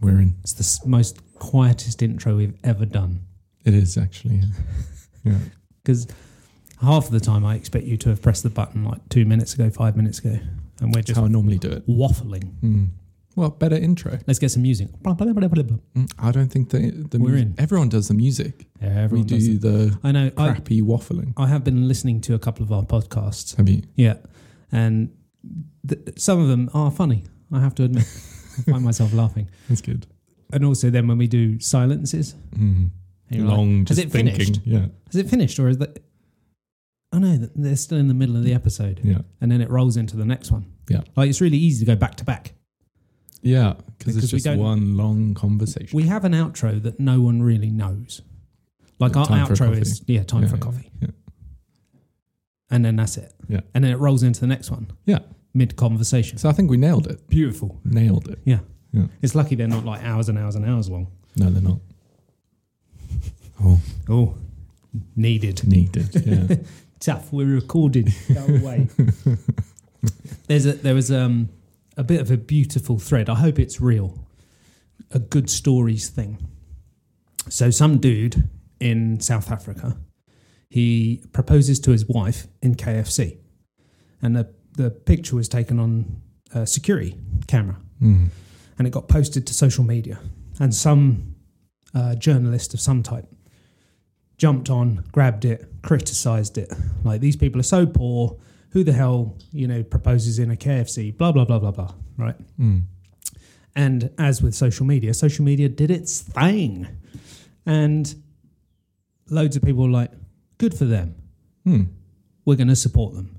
we're in. It's the s- most quietest intro we've ever done. It is actually. Yeah. yeah. Because half of the time, I expect you to have pressed the button like two minutes ago, five minutes ago, and we're That's just how I normally do it. waffling. Mm. Well, better intro. Let's get some music. Mm, I don't think the the We're mus- in. everyone does the music. Everyone we does do it. the I know. I, crappy waffling. I have been listening to a couple of our podcasts. Have you? Yeah, and th- some of them are funny. I have to admit, I find myself laughing. That's good. And also, then when we do silences, Mm. and you're like, Long, "Has just it thinking. finished?" Yeah, Has it finished, or is that? Oh no, th- they're still in the middle of the episode, yeah, and then it rolls into the next one. Yeah. like it's really easy to go back to back. yeah. Because Because we it's just don't- one long conversation. We have an outro that no one really knows. Like Yeah, our time for a outro coffee. is yeah, time Yeah, for a yeah, coffee, yeah. and then that's it. Yeah. and then it rolls into the next one. Yeah. mid conversation. so I think we nailed it. Beautiful. Nailed it. It's lucky they're not like hours and hours and hours long. No, they're not. Oh, Oh, needed. needed. Yeah. Tough. We're recorded. Go away. There's a there was um a bit of a beautiful thread. I hope it's real. A good stories thing. So some dude in South Africa, he proposes to his wife in KFC, and the the picture was taken on a security camera. Mm. and it got posted to social media. And some uh, journalist of some type jumped on, grabbed it, criticized it. Like, these people are so poor. Who the hell, you know, proposes in a KFC? Blah, blah, blah, blah, blah. Right. Mm. And as with social media, social media did its thing. And loads of people were like, good for them. Mm. We're going to support them.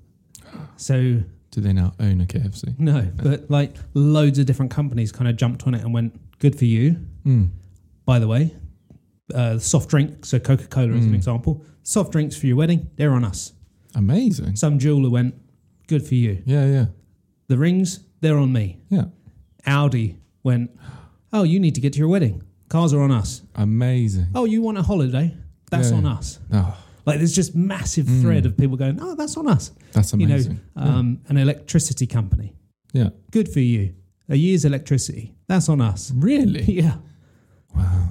So Do they now own a KFC? No, but like loads of different companies kind of jumped on it and went, good for you. Mm. By the way, uh, soft drink, so Coca Cola is as an Mm. example, soft drinks for your wedding, they're on us. Amazing. Some jeweler went, good for you. Yeah, yeah, The rings, they're on me. yeah. Audi went, oh, you need to get to your wedding. Cars are on us. Amazing. Oh, you want a holiday? That's Yeah. on us. Oh, Like there's just massive thread Mm. of people going, oh, that's on us. that's You know, amazing. Um, An electricity company, yeah. good for you. A year's electricity, that's on us. Really? Yeah. Wow.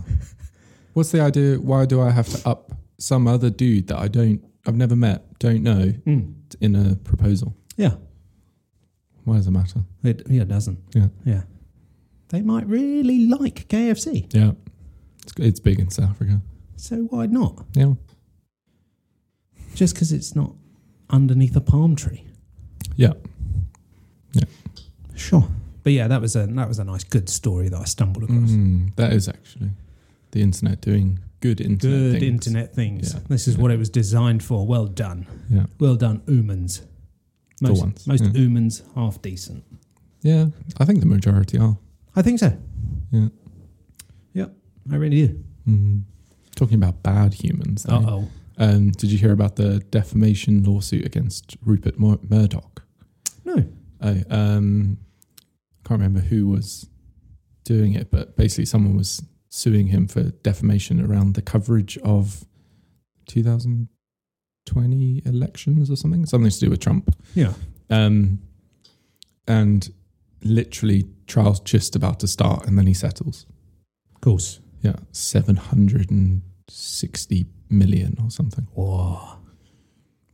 What's the idea? Why do I have to up some other dude that I don't, I've never met, don't know, Mm. in a proposal? Yeah. Why does it matter? It yeah, it doesn't. Yeah. Yeah. They might really like KFC. Yeah. It's, it's big in South Africa. So why not? Yeah. Just because it's not underneath a palm tree. Yeah. Yeah. Sure. But yeah, that was a that was a nice good story that I stumbled across. Mm, that is actually the internet doing good internet. Good things. internet things. Yeah. This is what it was designed for. Well done. Yeah. Well done, Umans. Most ones, most yeah. Umans half decent. Yeah. I think the majority are. I think so. Yeah. Yep. I really do. Mm. Talking about bad humans. though. Uh oh. Um, did you hear about the defamation lawsuit against Rupert Mur- Murdoch? No. Oh, um, can't remember who was doing it, but basically someone was suing him for defamation around the coverage of 2020 elections or something, something to do with Trump. Yeah. Um, and literally, trial's just about to start, and then he settles. Of course. Yeah, seven hundred and sixty million or something. Whoa.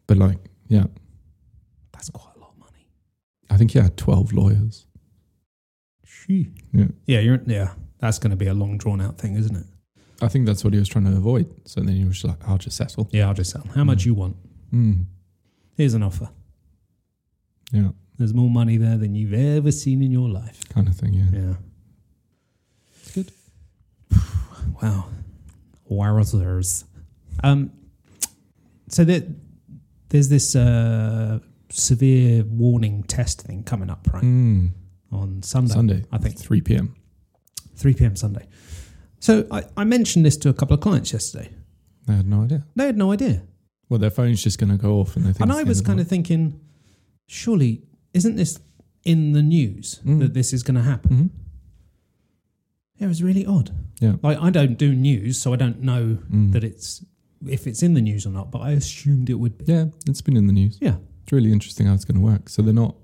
But like, yeah. That's quite a lot of money. I think he had 12 lawyers. Yeah. Yeah. Yeah, you're yeah. That's going to be a long drawn out thing, isn't it? I think that's what he was trying to avoid. So then he was like, I'll just settle. Yeah, I'll just sell. How much you want? Mm. Here's an offer. Yeah, There's more money there than you've ever seen in your life. kind of thing. Yeah. Yeah. It's good. Wow. Wowzers. Um. So there, there's this uh, severe warning test thing coming up right Mm. on Sunday. Sunday, I think 3 p.m. 3 p.m. Sunday. So I, I mentioned this to a couple of clients yesterday. I had no idea. They had no idea. Well, their phone's just going to go off and they think. And it's I the was end kind the of thinking, surely, isn't this in the news Mm. that this is going to happen? world. It was really odd. Yeah. Like, I don't do news, so I don't know Mhm. Mm. that it's if it's in the news or not, but I assumed it would be. yeah, it's been in the news. Yeah. It's really interesting how it's going to work. So they're not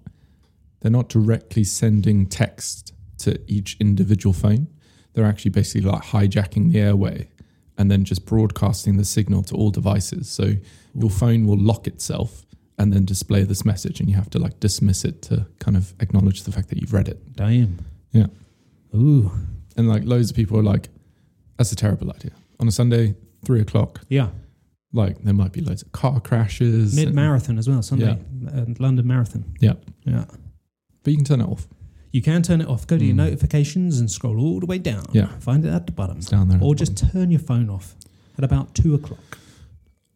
they're not directly sending text to each individual phone. they're actually basically like hijacking the airway and then just broadcasting the signal to all devices. So your phone will lock itself and then display this message, and you have to like dismiss it to kind of acknowledge the fact that you've read it. Damn. Yeah. Ooh. And like loads of people are like, that's a terrible idea. On a Sunday, three o'clock, Yeah. like there might be loads of car crashes. Mid and- marathon as well, Sunday. Uh, London Marathon. Yeah. Yeah. But you can turn it off. You can turn it off. Go to your Mm. notifications and scroll all the way down. Yeah. Find it at the bottom. It's down there. at Or the just bottom. turn your phone off at about two o'clock.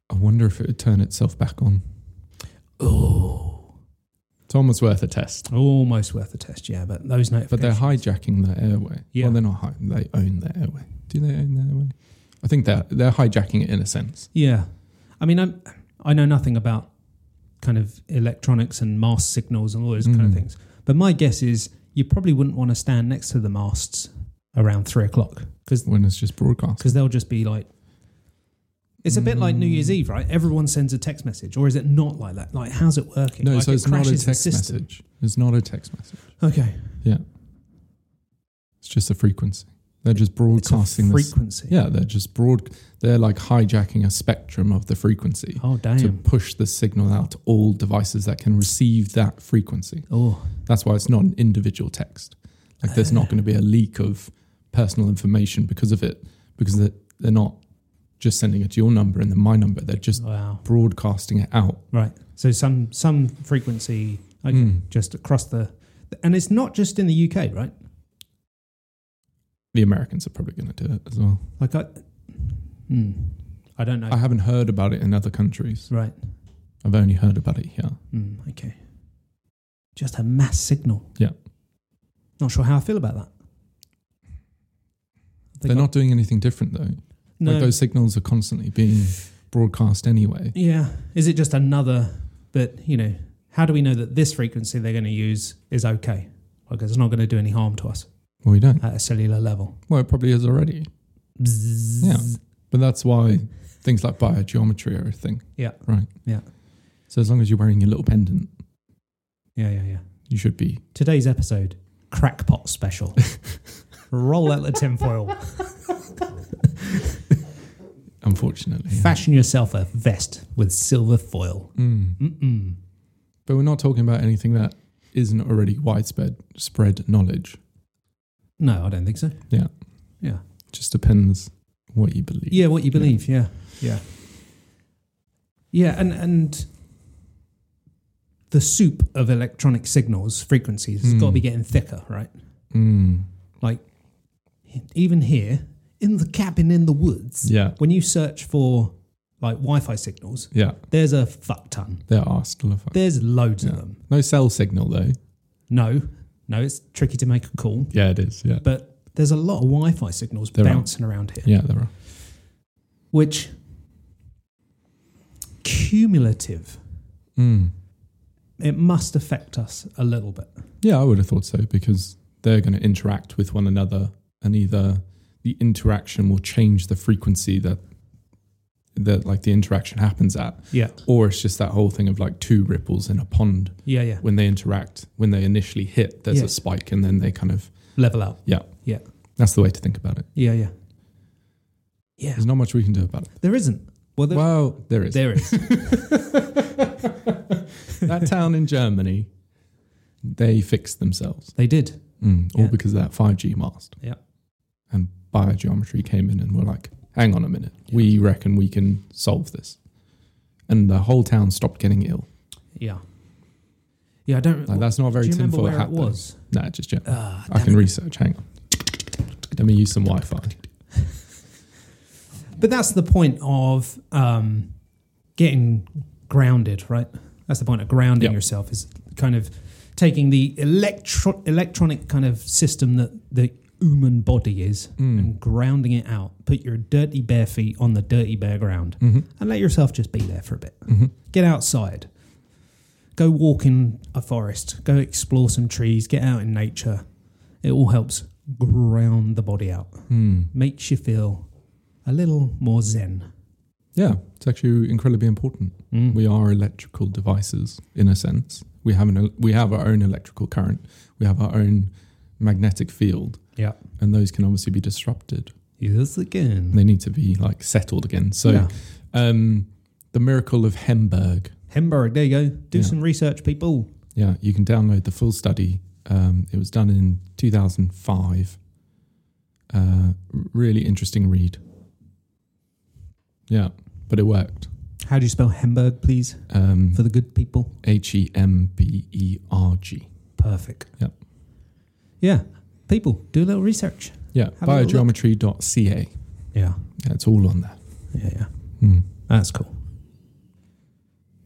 I wonder if it would turn itself back on. Oh. It's almost worth a test. Almost worth a test, yeah. But those notifications. But they're hijacking the airway. Yeah. Well, they're not. Hi- they own the airway. Do they own the airway? I think they're they're hijacking it in a sense. Yeah, I mean, I'm, I know nothing about kind of electronics and mast signals and all those kind of Mm. things, but my guess is you probably wouldn't want to stand next to the masts around three o'clock because When it's just broadcast. because they'll just be like. It's a bit like New Year's Mm. Eve, right? Everyone sends a text message, or is it not like that? Like, how's it working? No, like so it it's not a crashes the text system. message. It's not a text message. Okay, It's just a frequency. They're just it's a broadcasting this. frequency. Yeah, they're just broad. They're like hijacking a spectrum of the frequency Oh damn. to push the signal out to all devices that can receive that frequency. oh That's why it's not an individual text. Like there's not going to be a leak of personal information because of it, because they're, they're not just sending it to your number and then my number. They're just wow. broadcasting it out. Right. So some some frequency. Okay. Mm. just across the and it's not just in the UK, right? The Americans are probably going to do it as well. Like I, hmm, I don't know. I haven't heard about it in other countries. right. I've only heard about it here. Hmm, okay. Just a mass signal. Yeah. Not sure how I feel about that. I think They're I- not doing anything different though. No. Like those signals are constantly being broadcast anyway. yeah. Is it just another? But you know, how do we know that this frequency they're going to use is okay? Because it's not going to do any harm to us Well, we don't. at a cellular level. Well, it probably is already. Bzzz. Yeah. But that's why things like biogeometry are a thing. Yeah. Right. Yeah. So as long as you're wearing your little pendant, Yeah. Yeah. Yeah. you should be. Today's episode, crackpot special. Roll out the tinfoil. Unfortunately. yeah. Fashion yourself a vest with silver foil. Mm. Mm-mm. But we're not talking about anything that isn't already widespread spread knowledge. No, I don't think so. Yeah. Yeah. just depends what you believe. Yeah, what you believe. Yeah. Yeah. Yeah. And, and the soup of electronic signals, frequencies, has got to Mm. be getting thicker, right? Mm. Even here, in the cabin in the woods, Yeah. when you search for like Wi Fi signals, Yeah. there's a fuck ton. There are still a fuck. There's loads of Yeah. them. No cell signal though. No, no, it's tricky to make a call, Yeah, it is. Yeah. but there's a lot of Wi Fi signals There are. bouncing around here, Yeah, there are. which cumulative, Mm. it must affect us a little bit. Yeah, I would have thought so because they're going to interact with one another, and either the interaction will change the frequency that that like the interaction happens at, Yeah. or it's just that whole thing of like two ripples in a pond Yeah, yeah. when they interact. When they initially hit, there's Yeah. a spike, and then they kind of Level out. that's the way to think about it. Yeah, yeah. Yeah. There's not much we can do about it. There isn't. Well, there, Well, there is there is. that town in Germany. They fixed themselves, they did. mm, all Yeah. because of that five G mast. Yeah. and biogeometry came in and were like, hang on a minute, we reckon we can solve this. And the whole town stopped getting ill. Yeah. Yeah, I don't. Like, that's not a do very you remember tinfoil where hat. it was? though. Nah, just general. Ah, I damn can it. research. Hang on. Let me use some Wi Fi. But that's the point of um, getting grounded, right? That's the point of grounding Yep. yourself is kind of taking the electro- electronic kind of system that the human body is Hmm. and grounding it out. Put your dirty bare feet on the dirty bare ground Mm-hmm, and let yourself just be there for a bit. Get outside. Go walk in a forest. Go explore some trees. Get out in nature. It all helps ground the body out mm. makes you feel a little more zen. Yeah, it's actually incredibly important. Mm. We are electrical devices in a sense. We have, an, we have our own electrical current, we have our own magnetic field. Yeah. And those can obviously be disrupted. Yes, again. They need to be like settled again. So Yeah. um, the miracle of Hemberg. Hemberg, there you go. Do Yeah. some research, people. Yeah, you can download the full study. Um, it was done in 2005. Uh, r- really interesting read. Yeah, but it worked. How do you spell Hemberg, please, Um, for the good people? H E M B E R G. Perfect. Yep. Yeah. People, do a little research. Yeah, Have a little look. biogeometry.ca. Yeah. Yeah, it's all on there. Yeah, yeah. Hmm. That's cool.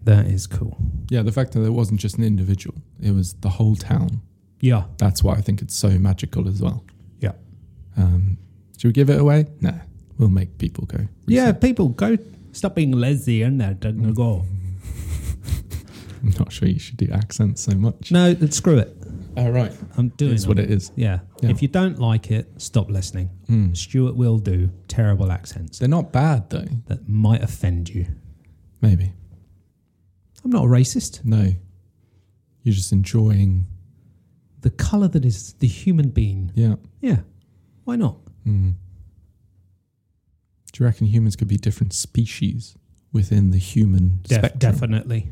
That is cool. Yeah, the fact that it wasn't just an individual, it was the whole town. Yeah. That's why I think it's so magical as well. Yeah. Um, should we give it away? Nah, we'll make people go. Yeah, research. people, go Mm. stop being lazy and there, don't go. I'm not sure you should do accents so much. No, then screw it. All right. I'm doing It's it. what it is. Yeah. Yeah. If you don't like it, stop listening. Mm. Stuart will do terrible accents They're not bad though. that might offend you. Maybe I'm not a racist. no. You're just enjoying. The colour that is the human being. Yeah. Yeah. Why not? Mm. Do you reckon humans could be different species within the human Def- spectrum? definitely.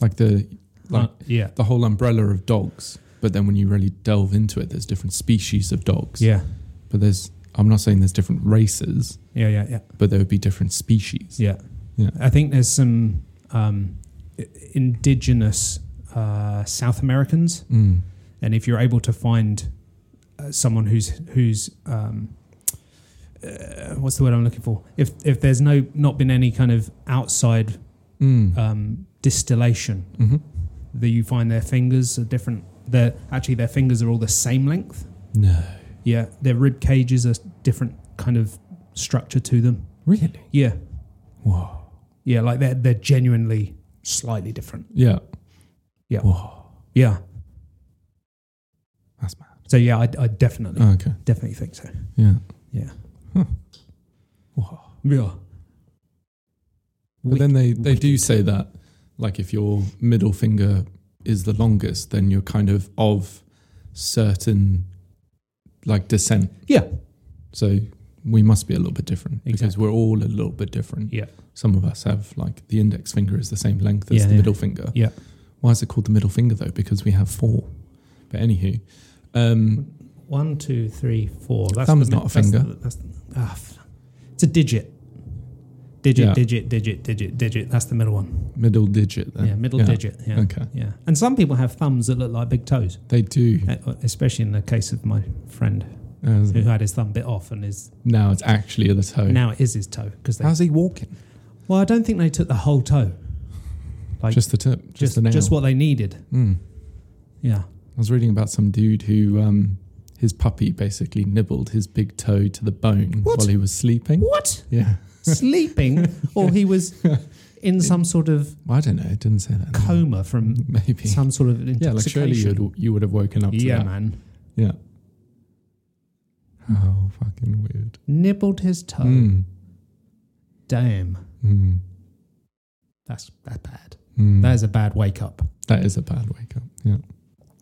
Like the like Uh, yeah. the whole umbrella of dogs. But then when you really delve into it, there's different species of dogs. Yeah. But there's I'm not saying there's different races, Yeah. Yeah. Yeah. but there would be different species. Yeah. Yeah. I think there's some um, i- indigenous uh, South Americans, Mm. and if you're able to find uh, someone who's who's um, uh, what's the word I'm looking for? If if there's no not been any kind of outside Mm. um, distillation, hmm that you find their fingers are different. Their actually their fingers are all the same length. No. Yeah, their rib cages are different kind of structure to them. Really? Yeah, Whoa. yeah, like they're they're genuinely slightly different. Yeah. Yeah. Whoa. Yeah. That's mad. So yeah, I, I definitely Okay. definitely think so. Yeah. Yeah. Huh. Wow. Yeah. But then they, they do say that, like, if your middle finger is the longest, then you're kind of of certain, like, descent. Yeah. So we must be a little bit different because Exactly. we're all a little bit different. Yeah. Some of us have, like, the index finger is the same length as Yeah, the yeah. middle finger. Yeah. Why is it called the middle finger, though? Because we have four. But anywho, um, One, two, three, four. That's Thumb's the- not a that's the- finger. That's, ah, f- it's a digit. Digit, Yeah. digit, digit, digit, digit. That's the middle one. middle digit. Then. yeah, middle digit. Yeah. Okay. Yeah. And some people have thumbs that look like big toes, They do. eh, especially in the case of my friend Uh, who had his thumb bit off and is now it's actually the toe. now it is his toe because they. How's he walking? well, I don't think they took the whole toe. Like just the tip. Just, just, the nail. just what they needed. Mm. Yeah. I was reading about some dude who um, his puppy basically nibbled his big toe to the bone What? while he was sleeping. What? Yeah, Sleeping? or he was in some sort of well, I don't know. It didn't say that. coma from Maybe. some sort of yeah, intoxication. like surely you'd, you would have woken up to Yeah, that. man. Yeah. How fucking weird. Nibbled his toe. Mm. Damn. Mm. That's that's bad. Mm. That is a bad wake up. that is a bad wake up. Yeah.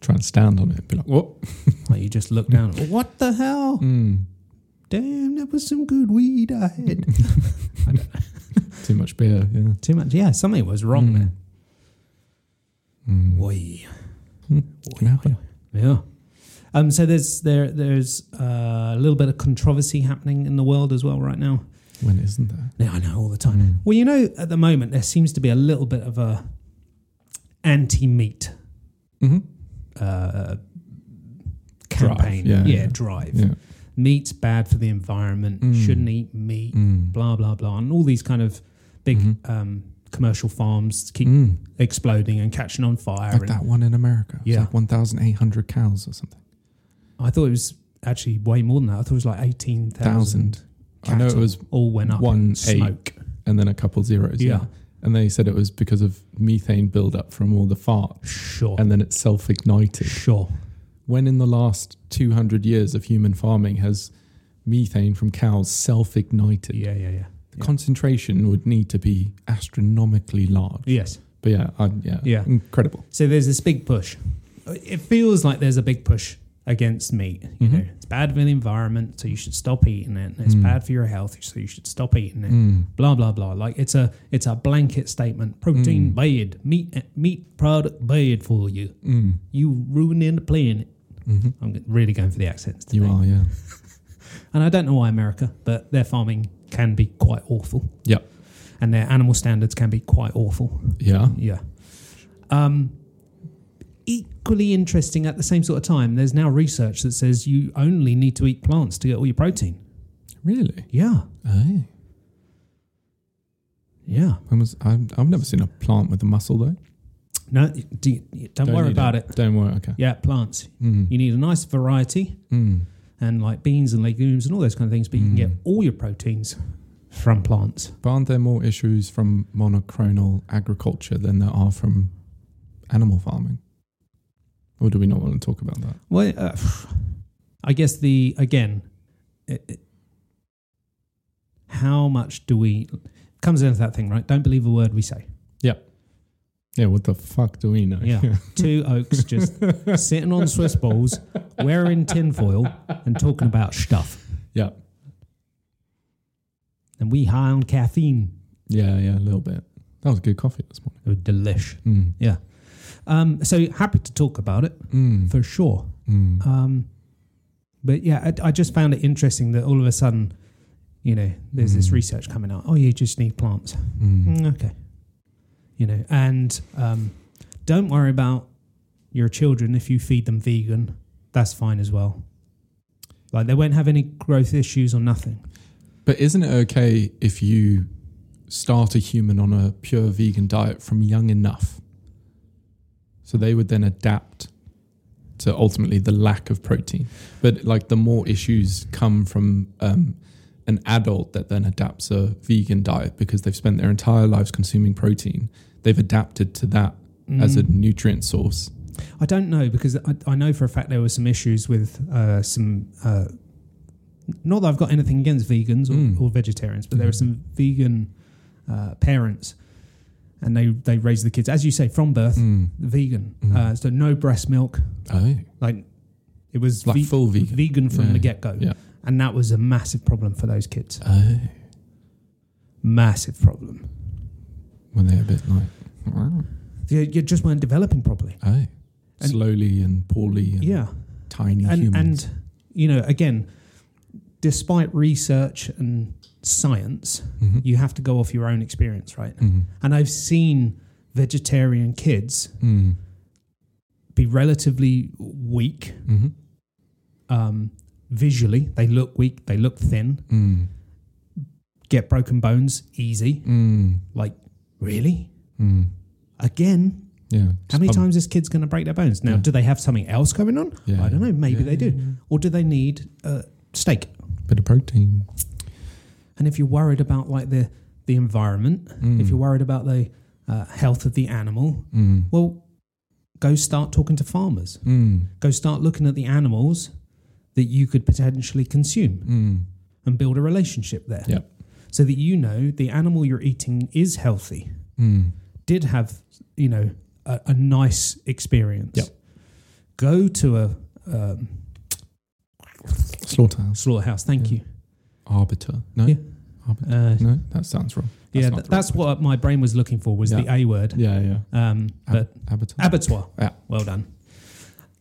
Try and stand on it and be like, whoop. Like you just look down. Hmm. what the hell? Mm. Damn, that was some good weed I had. Too much beer. Yeah. Too much. Yeah, something was wrong Mm. there. Mm. Why? Mm. Can happen. Yeah. Um, so there's there there's uh, a little bit of controversy happening in the world as well right now. When isn't there? Yeah, I know all the time. Hmm. Well, you know, at the moment there seems to be a little bit of a anti-meat Mm-hmm. uh, campaign. yeah, yeah, yeah. drive. Yeah. Meat's bad for the environment. Mm. Shouldn't eat meat. Mm. Blah blah blah, and all these kind of big Mhm. um, commercial farms keep Mm. exploding and catching on fire. Like and that one in America. It was Yeah. like 1,800 cows or something. I thought it was actually way more than that. I thought it was like eighteen Thousand. thousand. I know it was all went up one in smoke. and then a couple zeros. Yeah. And they said it was because of methane buildup from all the fart Sure, and then it self ignited. sure. When in the last 200 years of human farming has methane from cows self ignited? Yeah, yeah, yeah. The concentration would need to be astronomically large. Yes. But yeah, I, yeah, Yeah. incredible. So there's this big push. It feels like there's a big push against meat. You Mhm. know, it's bad for the environment, so you should stop eating it. And it's Mm. bad for your health, so you should stop eating it. Mm. Blah blah blah. Like it's a it's a blanket statement. Protein Mm. bad, meat meat product bad for you. Mm. You ruining the planet. hmm I'm g- really going for the accents today. You are, yeah. And I don't know why America, but their farming can be quite awful. Yep. And their animal standards can be quite awful. Yeah. Yeah. Um, equally interesting at the same sort of time, there's now research that says you only need to eat plants to get all your protein. Really? Yeah. Aye. Yeah. When was, I've, I've never seen a plant with a muscle, though. No, do you- you- don't, worry need about it. Don't worry. Okay. Yeah, plants. Mm. You need a nice variety Mm. and like beans and legumes and all those kind of things, but you can get Mm. all your proteins from plants. But aren't there more issues from monoclonal agriculture than there are from animal farming? Or do we not want to talk about that? Well, uh, I guess the again, it, it- how much do we comes into that thing, right? Don't believe a word we say. Yeah, what the fuck do we know? Yeah. Two oaks just sitting on Swiss balls, wearing tinfoil, and talking about stuff. Yeah. And we high on caffeine. yeah, yeah, a little bit. That was good coffee this morning. It was delish. Mm. Um, so happy to talk about it Mm. for sure. Mm. Um, but yeah, I, I just found it interesting that all of a sudden, you know, there's this Mm. research coming out. Oh, you just need plants. Mm. Mm, okay. You know, and um, don't worry about your children if you feed them vegan. That's fine as well. Like they won't have any growth issues or nothing. But isn't it okay if you start a human on a pure vegan diet from young enough? So they would then adapt to ultimately the lack of protein. But like the more issues come from um, an adult that then adapts a vegan diet because they've spent their entire lives consuming protein, they've adapted to that as a Mm. nutrient source. I don't know because I, I know for a fact there were some issues with uh, some. Uh, not that I've got anything against vegans or, Mm. or vegetarians, but there were Mhm. some vegan uh, parents, and they they raised the kids as you say from birth Mm. vegan. Mm. Uh, so no breast milk. Oh, Like it was like ve- full vegan. vegan from Yeah, the get go. yeah. And that was a massive problem for those kids. Oh, Massive problem. were they a bit like, You, you just weren't developing properly. oh, And- slowly and poorly and Yeah. tiny And, humans. and, you know, again, despite research and science, Mhm. you have to go off your own experience, right? Mhm. And I've seen vegetarian kids Mm. be relatively weak Mhm. um, visually. They look weak, they look thin, Mm. get broken bones easy. Mm. Like, really? Mm. Again, Yeah. How many Just pump- times is kids going to break their bones? Now, Yeah. do they have something else going on, Yeah. I don't know, maybe Yeah, they do. yeah, yeah. or do they need uh, steak? Bit of protein. And if you're worried about like the the environment, Mm. if you're worried about the uh, health of the animal, Mm. well, go start talking to farmers. Mm. Go start looking at the animals that you could potentially consume Mm. and build a relationship there. Yep. So that you know the animal you're eating is healthy, Mm. did have you know a, a nice experience. Yep. Go to a um, Slaughterhouse. slaughterhouse. Thank Yeah. you. Arbiter. No. Yeah. Arbiter. Uh, No, that sounds wrong. yeah, not th- the that's right word. what my brain was looking for was the Yeah. A word. Yeah, yeah. Um, but Arbiter. abattoir. Yeah. Well done.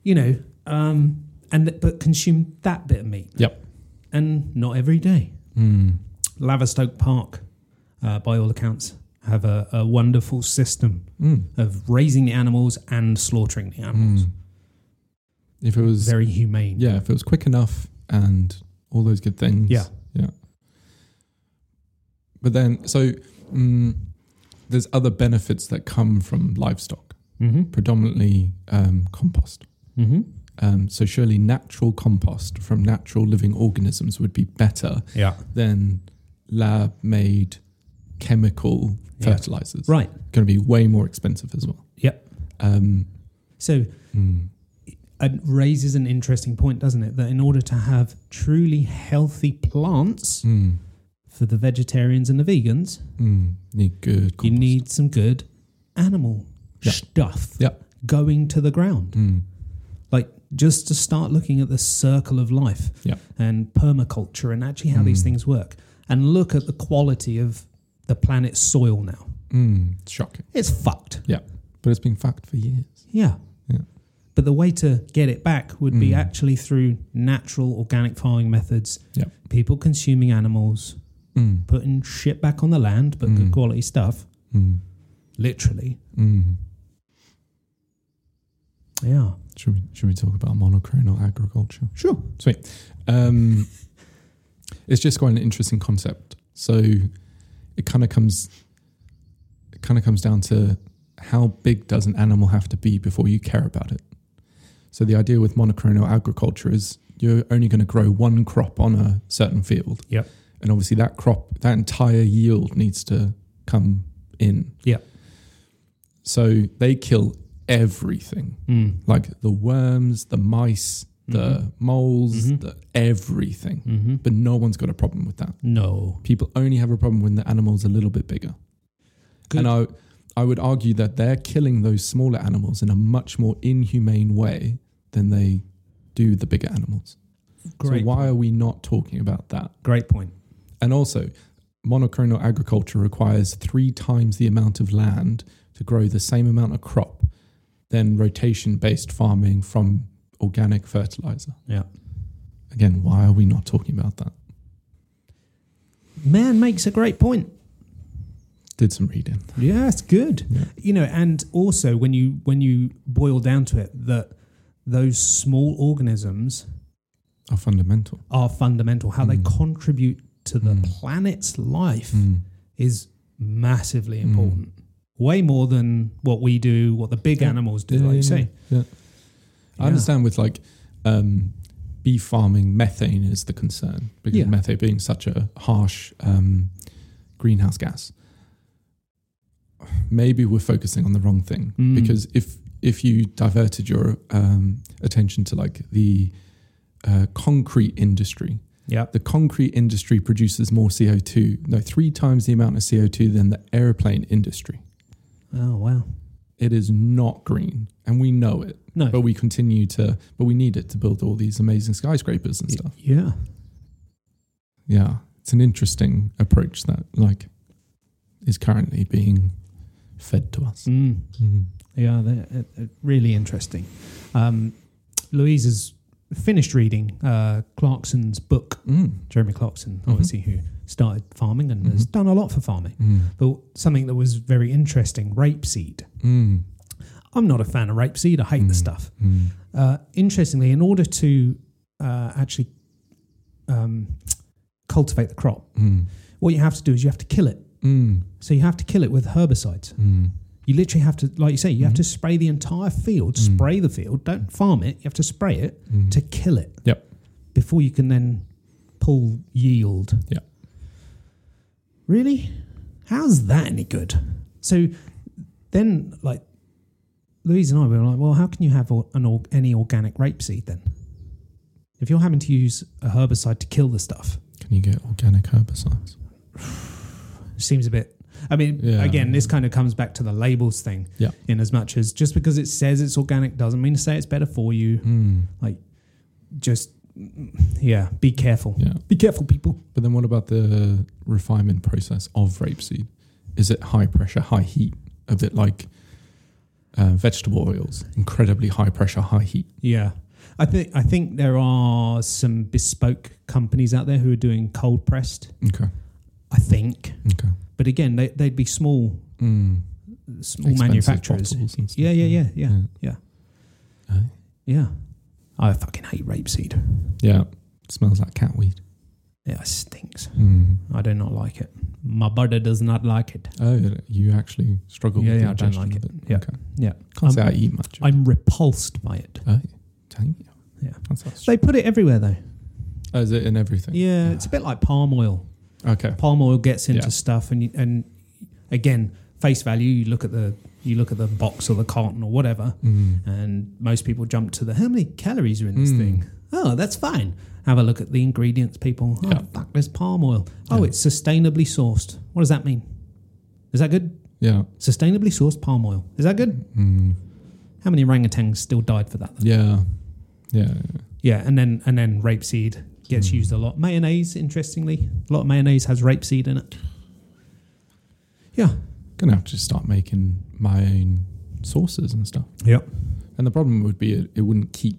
You know, um, and th- but consume that bit of meat. Yep. And not every day. Mm. Laverstoke Park, uh, by all accounts, have a, a wonderful system Mm. of raising the animals and slaughtering the animals. Mm. If it was, Very humane. yeah, if it was quick enough and all those good things. Yeah. Yeah. But then, so mm, there's other benefits that come from livestock. Mm-hmm. predominantly um, compost. Mm-hmm. Um, so surely natural compost from natural living organisms would be better Yeah. than lab-made chemical Yeah. fertilizers. Right. Going to be way more expensive as well. Yep. Um, So mm, it raises an interesting point, doesn't it? That in order to have truly healthy plants, mm, for the vegetarians and the vegans, mm. need good. Compost. you need some good animal Yeah. stuff Yeah. going to the ground. Mm, Like just to start looking at the circle of life Yeah. and permaculture and actually how these Mm. things work and look at the quality of the planet's soil now. Mm, it's shocking. It's fucked. But it's been fucked for years. Yeah. Yeah. But the way to get it back would be Mm. actually through natural organic farming methods, Yeah. people consuming animals, Mm, putting shit back on the land, but Mm. good quality stuff, mm, literally. mm. Yeah. Should we should we talk about monoclonal agriculture? Sure. Um, it's just quite an interesting concept. So it kind of comes it kind of comes down to how big does an animal have to be before you care about it. So the idea with monoclonal agriculture is you're only going to grow one crop on a certain field. Yep. And obviously that crop, that entire yield needs to come in. Yep. So they kill everything Mm. like the worms, the mice, the Mhm. moles, Mhm. the everything. hmm But no one's got a problem with that. No. People only have a problem when the animal's a little bit bigger. Good. And I, I would argue that they're killing those smaller animals in a much more inhumane way than they do the bigger animals. Great. So why are we not talking about that? Great point. And also, monoclonal agriculture requires three times the amount of land to grow the same amount of crop than rotation based farming from organic fertilizer. Yeah. Again, why are we not talking about that? Man makes a great point. Did some reading. Yeah, it's good. Yeah. You know, and also when you when you boil down to it, that those small organisms Are fundamental. are fundamental. How they Mm. contribute to the Mm. planet's life Mm, is massively Mm. important. Way more than what we do, what the big Yeah. animals do, Yeah, like yeah, you say. yeah. I Yeah. understand with like um, beef farming, methane is the concern because Yeah. methane being such a harsh um, greenhouse gas. Maybe we're focusing on the wrong thing Mm. because if if you diverted your um, attention to like the uh, concrete industry, Yeah. the concrete industry produces more CO two, no, three times the amount of CO two than the airplane industry. Oh wow. It is not green, and we know it No. but we continue to but we need it to build all these amazing skyscrapers and stuff yeah. yeah it's an interesting approach that like is currently being fed to us Mm. Mm. Yeah, they're, uh, uh, really interesting. Um, Louise has finished reading uh, Clarkson's book, Mm. Jeremy Clarkson, obviously, who started farming and has Mhm. done a lot for farming. Mm. But something that was very interesting rapeseed. Mm. I'm not a fan of rapeseed, I hate the Mm. stuff. Mm. Uh, interestingly, in order to uh, actually um, cultivate the crop, Mm. what you have to do is you have to kill it. Mm. So you have to kill it with herbicides. Mm. You literally have to, like you say, you have Mhm. to spray the entire field, Mm. spray the field, don't farm it. You have to spray it Mm. to kill it. Yep. Before you can then pull yield. Yeah. Really? How's that any good? So then, like, Louise and I were like, well, how can you have or- an or- any organic rapeseed then? If you're having to use a herbicide to kill the stuff, can you get organic herbicides seems a bit. I mean, Yeah. again, this kind of comes back to the labels thing. Yeah. In as much as just because it says it's organic doesn't mean to say it's better for you. mm. Just, yeah, be careful. yeah Be careful, people. but then what about the refinement process of rapeseed is it high pressure high heat a bit like uh, vegetable oils incredibly high pressure high heat Yeah. I think I think there are some bespoke companies out there who are doing cold pressed. okay I think, okay but again, they, they'd be small mm. small Expensive manufacturers. bottles and stuff, Yeah, yeah, yeah, yeah, Yeah. yeah. Eh? yeah. I fucking hate rapeseed. Yeah. Smells like cat weed. Yeah, it stinks. I do not like it. My brother does not like it. Mm. Oh, you actually struggle Yeah, with yeah, the I don't digestion like of it. Yeah. Um, Okay. Yeah. Can't say I'm- I eat much. I'm repulsed by it. oh, dang you. Yeah. That's that's They put it everywhere though. oh, is it in everything? Yeah, it's a bit like palm oil. Okay. Palm oil gets into Yeah. stuff, and you, and again, face value. You look at the you look at the box or the carton or whatever, Mm. and most people jump to the how many calories are in this Mm. thing. Oh, that's fine. Have a look at the ingredients, people. Oh, Yeah. fuck, there's palm oil. Oh, Yeah. it's sustainably sourced. What does that mean? Is that good? Yeah. Sustainably Hmm. sourced palm oil. Is that good? Mm. How many orangutans still died for that? Yeah. Yeah. Yeah, and then and then rapeseed gets used a lot. Mayonnaise, interestingly, a lot of mayonnaise has rapeseed in it. Yeah. Gonna have to start making my own sauces and stuff. Yep. And the problem would be it, it wouldn't keep.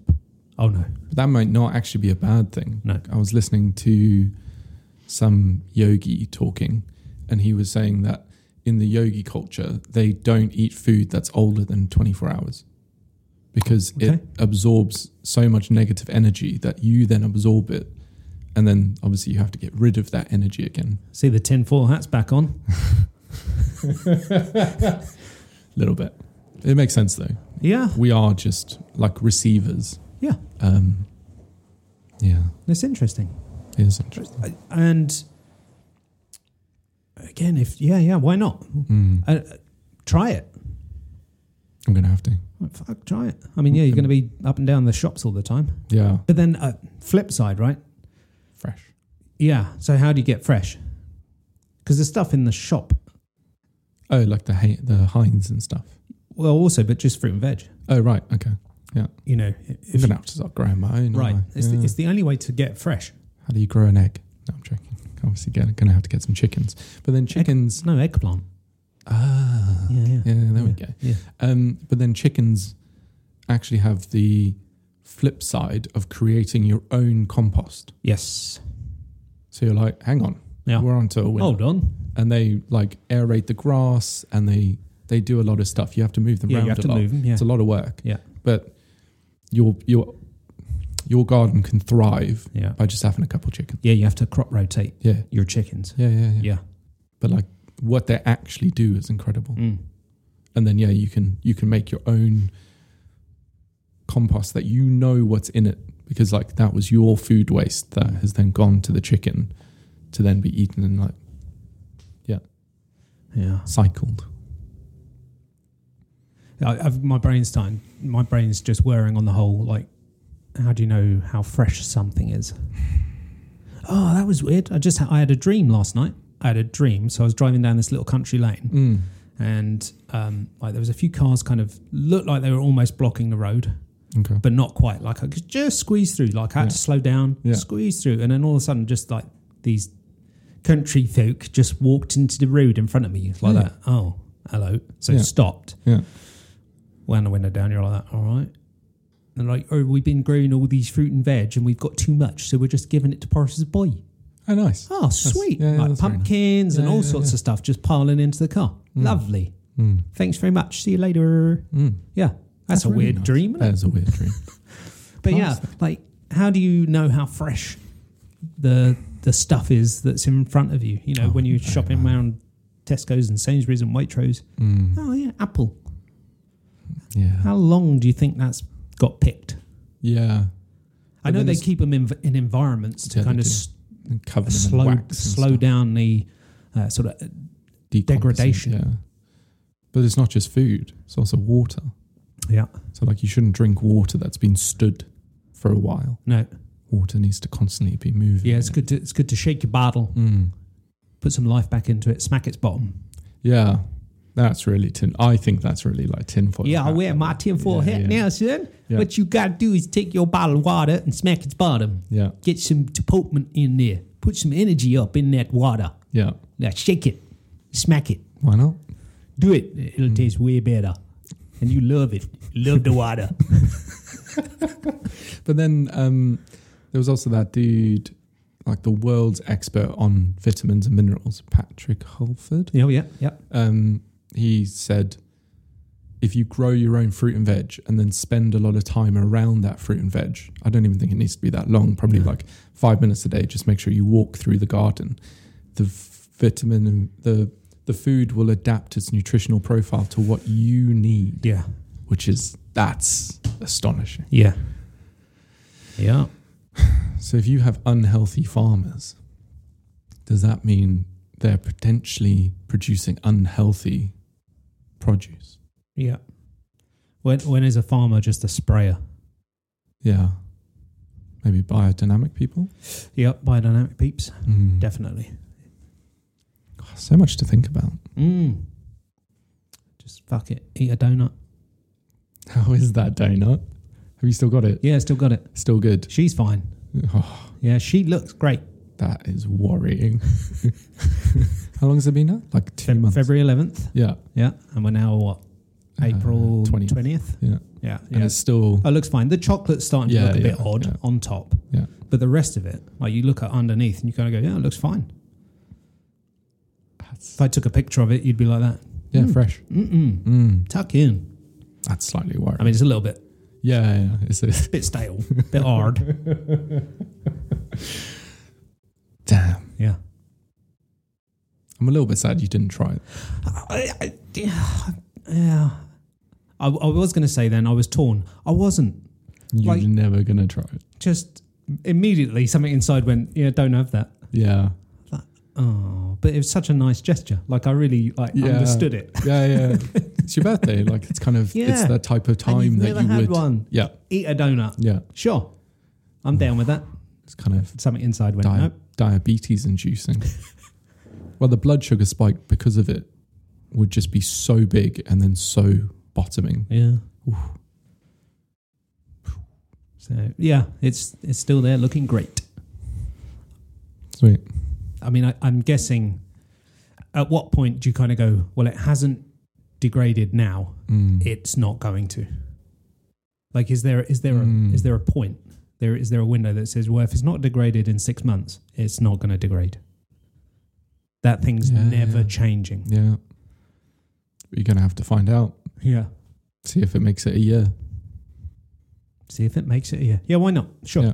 Oh no. But that might not actually be a bad thing. No. I was listening to some yogi talking, and he was saying that in the yogi culture, they don't eat food that's older than 24 hours because it Okay. absorbs so much negative energy that you then absorb it. And then obviously you have to get rid of that energy again See the tin foil hats back on. a little bit. It makes sense though. Yeah, We are just like receivers. Yeah. Um, yeah. that's interesting. It is interesting. And again, if yeah, yeah, why not? Mm. Uh, uh, try it. I'm going to have to. Well, Fuck, try it. I mean, yeah, you're going to be up and down the shops all the time. Yeah. But then, uh, flip side, right? Fresh. Yeah. So how do you get fresh? Because the stuff in the shop, Oh, like the Ha- the Heinz and stuff. well, also, but just fruit and veg. Oh, right. Okay. You know, I'm if going to have to start growing my own. aren't right, I? it's, Yeah. the, it's the only way to get fresh. How do you grow an egg? No, I'm joking. Obviously, going to have to get some chickens. But then chickens. It's no eggplant. Ah. Yeah, yeah. Yeah, there we go. Yeah. Um, but then chickens actually have the flip side of creating your own compost. Yes. So you're like, hang on, Yeah. Oh. we're onto a winner. Hold on. And they like aerate the grass and they they do a lot of stuff. You have to move them Yeah, around you have a to lot. move them. Yeah. It's a lot of work. Yeah. But your your your garden can thrive Yeah. by just having a couple chickens. Yeah, you have to crop rotate Yeah. your chickens. yeah. Yeah, yeah, Yeah. But like what they actually do is incredible. Mm. And then yeah, you can you can make your own compost that you know what's in it because like that was your food waste that has then gone to the chicken to then be eaten and like Yeah. cycled. I, I've, my brain's time. My brain's just whirring on the whole. Like, how do you know how fresh something is? Oh, that was weird. I just I had a dream last night. I had a dream. So I was driving down this little country lane, Mm. and um, like there was a few cars kind of looked like they were almost blocking the road, Okay. but not quite. Like I could just squeeze through. Like I had Yeah. to slow down, Yeah. squeeze through, and then all of a sudden, just like these country folk just walked into the road in front of me like Yeah. that. Oh, hello. So Yeah. stopped. Yeah. wound the window down. You're like, all right. And like, oh, we've been growing all these fruit and veg, and we've got too much, so we're just giving it to Parsons Boy. Oh, nice. Oh, sweet! yeah, yeah, like that's very nice. pumpkins and Yeah, all yeah, sorts yeah. of stuff just piling into the car. Lovely. Mm. Thanks very much. See you later. Mm. Yeah, that's, a really weird nice. dream. Isn't That it? is a weird dream. But yeah, class. like, how do you know how fresh the the stuff is that's in front of you? You know, Oh, when you're I don't shopping know. around Tesco's and Sainsbury's and Waitrose. Mm. Oh yeah, apple. Yeah. How long do you think that's got picked? Yeah. I But know then they it's- keep them in, in environments to Yeah, they kind of do. s- And cover them in slow wax and slow stuff. down the uh, sort of Decomposing, degradation. Yeah. But it's not just food, it's also water. yeah So, like, you shouldn't drink water that's been stood for a while. no Water needs to constantly be moving. yeah it's good to it's good to shake your bottle, Mm. put some life back into it, smack its bottom. Yeah. That's really tin. I think that's really like tinfoil. yeah, I hat wear level. my tinfoil Yeah, hat yeah. now, son. Yeah. What you gotta do is take your bottle of water and smack its bottom. Yeah. Get some deportment in there. Put some energy up in that water. Yeah. Now shake it, smack it, Why not? do it. It'll taste way better, and you love it. Mm. Love the water. But then um, there was also that dude, like the world's expert on vitamins and minerals, Patrick Holford. Oh, yeah, yeah, yeah. Um, he said, if you grow your own fruit and veg and then spend a lot of time around that fruit and veg, I don't even think it needs to be that long, probably No. like five minutes a day. Just make sure you walk through the garden. The v- vitamin and the the food will adapt its nutritional profile to what you need, Yeah. which is that's astonishing. Yeah. Yeah. So if you have unhealthy farmers, does that mean they're potentially producing unhealthy produce? Yeah. When when is a farmer just a sprayer? Yeah. Maybe biodynamic people? Yep, biodynamic peeps. Mm. Definitely. So much to think about. Mm. Just fuck it. Eat a donut. How is that donut? Have you still got it? Yeah, still got it. Still good. She's fine. Oh, Yeah, she looks great. that is worrying. How long has it been now? Like two months. February 11th. Yeah. Yeah. And we're now, what, April Uh, 20th. 20th. Yeah. Yeah. And yeah. Oh, it's still It looks fine. The chocolate's starting Yeah, to look a bit yeah, odd yeah. on top. Yeah. But the rest of it, like you look at underneath and you kind of go, yeah, it looks fine. If I took a picture of it, you'd be like that. yeah Mm. fresh. Mm-mm. Mm, Tuck in. that's slightly worrying. I mean, it's a little bit, yeah, yeah. It's a, bit stale, bit hard. damn. Yeah. I'm a little bit sad you didn't try it. I, I, yeah. yeah. I, I was going to say then I was torn. I wasn't. You're Like- never gonna try it. Just immediately something inside went, yeah, don't have that. Yeah. Oh, but it was such a nice gesture. Like I really like Yeah. understood it. Yeah, yeah. it's your birthday. Like it's kind of it's Yeah. that type of and time you've that never you had would. one. Yeah, Eat a donut. yeah. Sure, I'm down with that. It's kind of Something inside went, di- nope. diabetes inducing. well, the blood sugar spike because of it would just be so big and then so bottoming. Yeah. So yeah, it's it's still there, looking great. Sweet. I mean, I, I'm guessing. At what point do you kind of go? Well, it hasn't degraded now. Mm. It's not going to. Like, is there is there Mm. a, is there a point? There is there a window that says, well, if it's not degraded in six months, it's not going to degrade. That thing's Yeah, never yeah. changing. Yeah. You're gonna have to find out. Yeah. See if it makes it a year. See if it makes it. Yeah. Yeah. Why not? Sure. Yeah.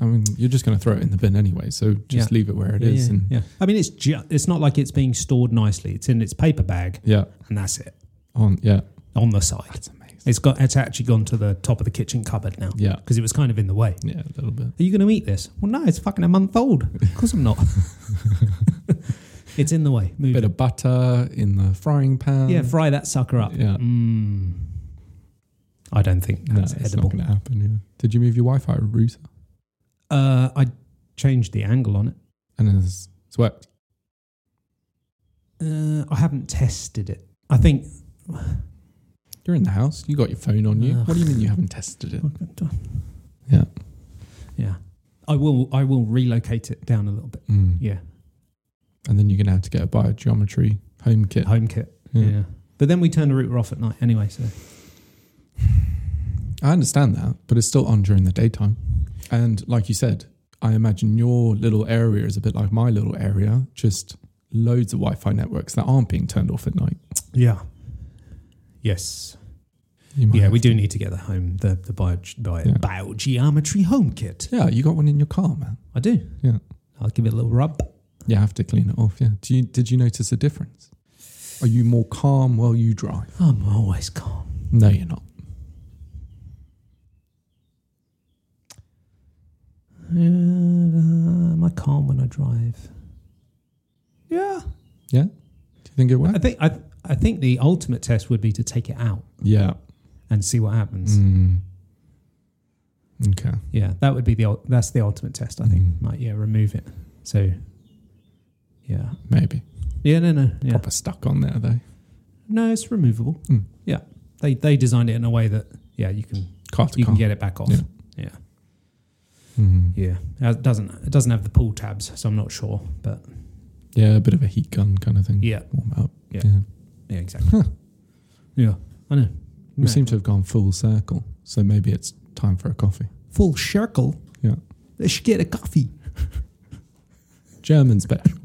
I mean, you're just gonna throw it in the bin anyway, so just Yeah. leave it where it Yeah, is. yeah, and yeah. I mean, it's ju- it's not like it's being stored nicely. It's in its paper bag, yeah. and that's it On yeah. on the side. That's amazing. It's got it's actually gone to the top of the kitchen cupboard now Yeah. because it was kind of in the way. Yeah, a little bit. Are you going to eat this? Well, no, it's fucking a month old. Of course, I'm not. it's in the way. Move Bit it. of butter in the frying pan. yeah, fry that sucker up. Yeah. Mm. I don't think No, that's it's not edible. going to happen. Yeah. Did you move your Wi-Fi router? Uh, I changed the angle on it. And it's, it's worked. Uh, I haven't tested it. I think You're in the house. You got your phone on you. Ugh. What do you mean you haven't tested it? Yeah. Yeah. Yeah. I will I will relocate it down a little bit. Mm. Yeah. And then you're going to have to get a biogeometry home kit. Home kit. Yeah. Yeah. But then we turn the router off at night anyway, so I understand that, but it's still on during the daytime. And like you said, I imagine your little area is a bit like my little area. Just loads of Wi-Fi networks that aren't being turned off at night. Yeah. Yes. You might Yeah, have we do to- need to get the home the the bio, bio, Yeah. biogeometry home kit. Yeah, you got one in your car, man. I do. Yeah. I'll give it a little rub. You have to clean it off. Yeah. Do you, did you notice a difference? Are you more calm while you drive? I'm always calm. No, you're not. Uh, am I calm when I drive? Yeah. Yeah? Do you think it I worked? think I I think the ultimate test would be to take it out Yeah. and see what happens. Mm. Okay. Yeah, that would be the ul- that's the ultimate test, I think. Mhm. Like, yeah, remove it. So, yeah, Maybe. yeah, no, no, yeah, Proper stuck on there, though. no, it's removable. Mm. Yeah, they they designed it in a way that yeah, you can Car to you car. can get it back off. Yeah. Yeah, Mm. yeah, it doesn't it doesn't have the pull tabs, so I'm not sure, but Yeah, a bit of a heat gun kind of thing. yeah, Warm it up. Yeah. yeah. yeah, exactly. Yeah, I know. We seem to have gone full circle, so maybe it's time for a coffee. full circle. Yeah. Let's get a coffee. German special.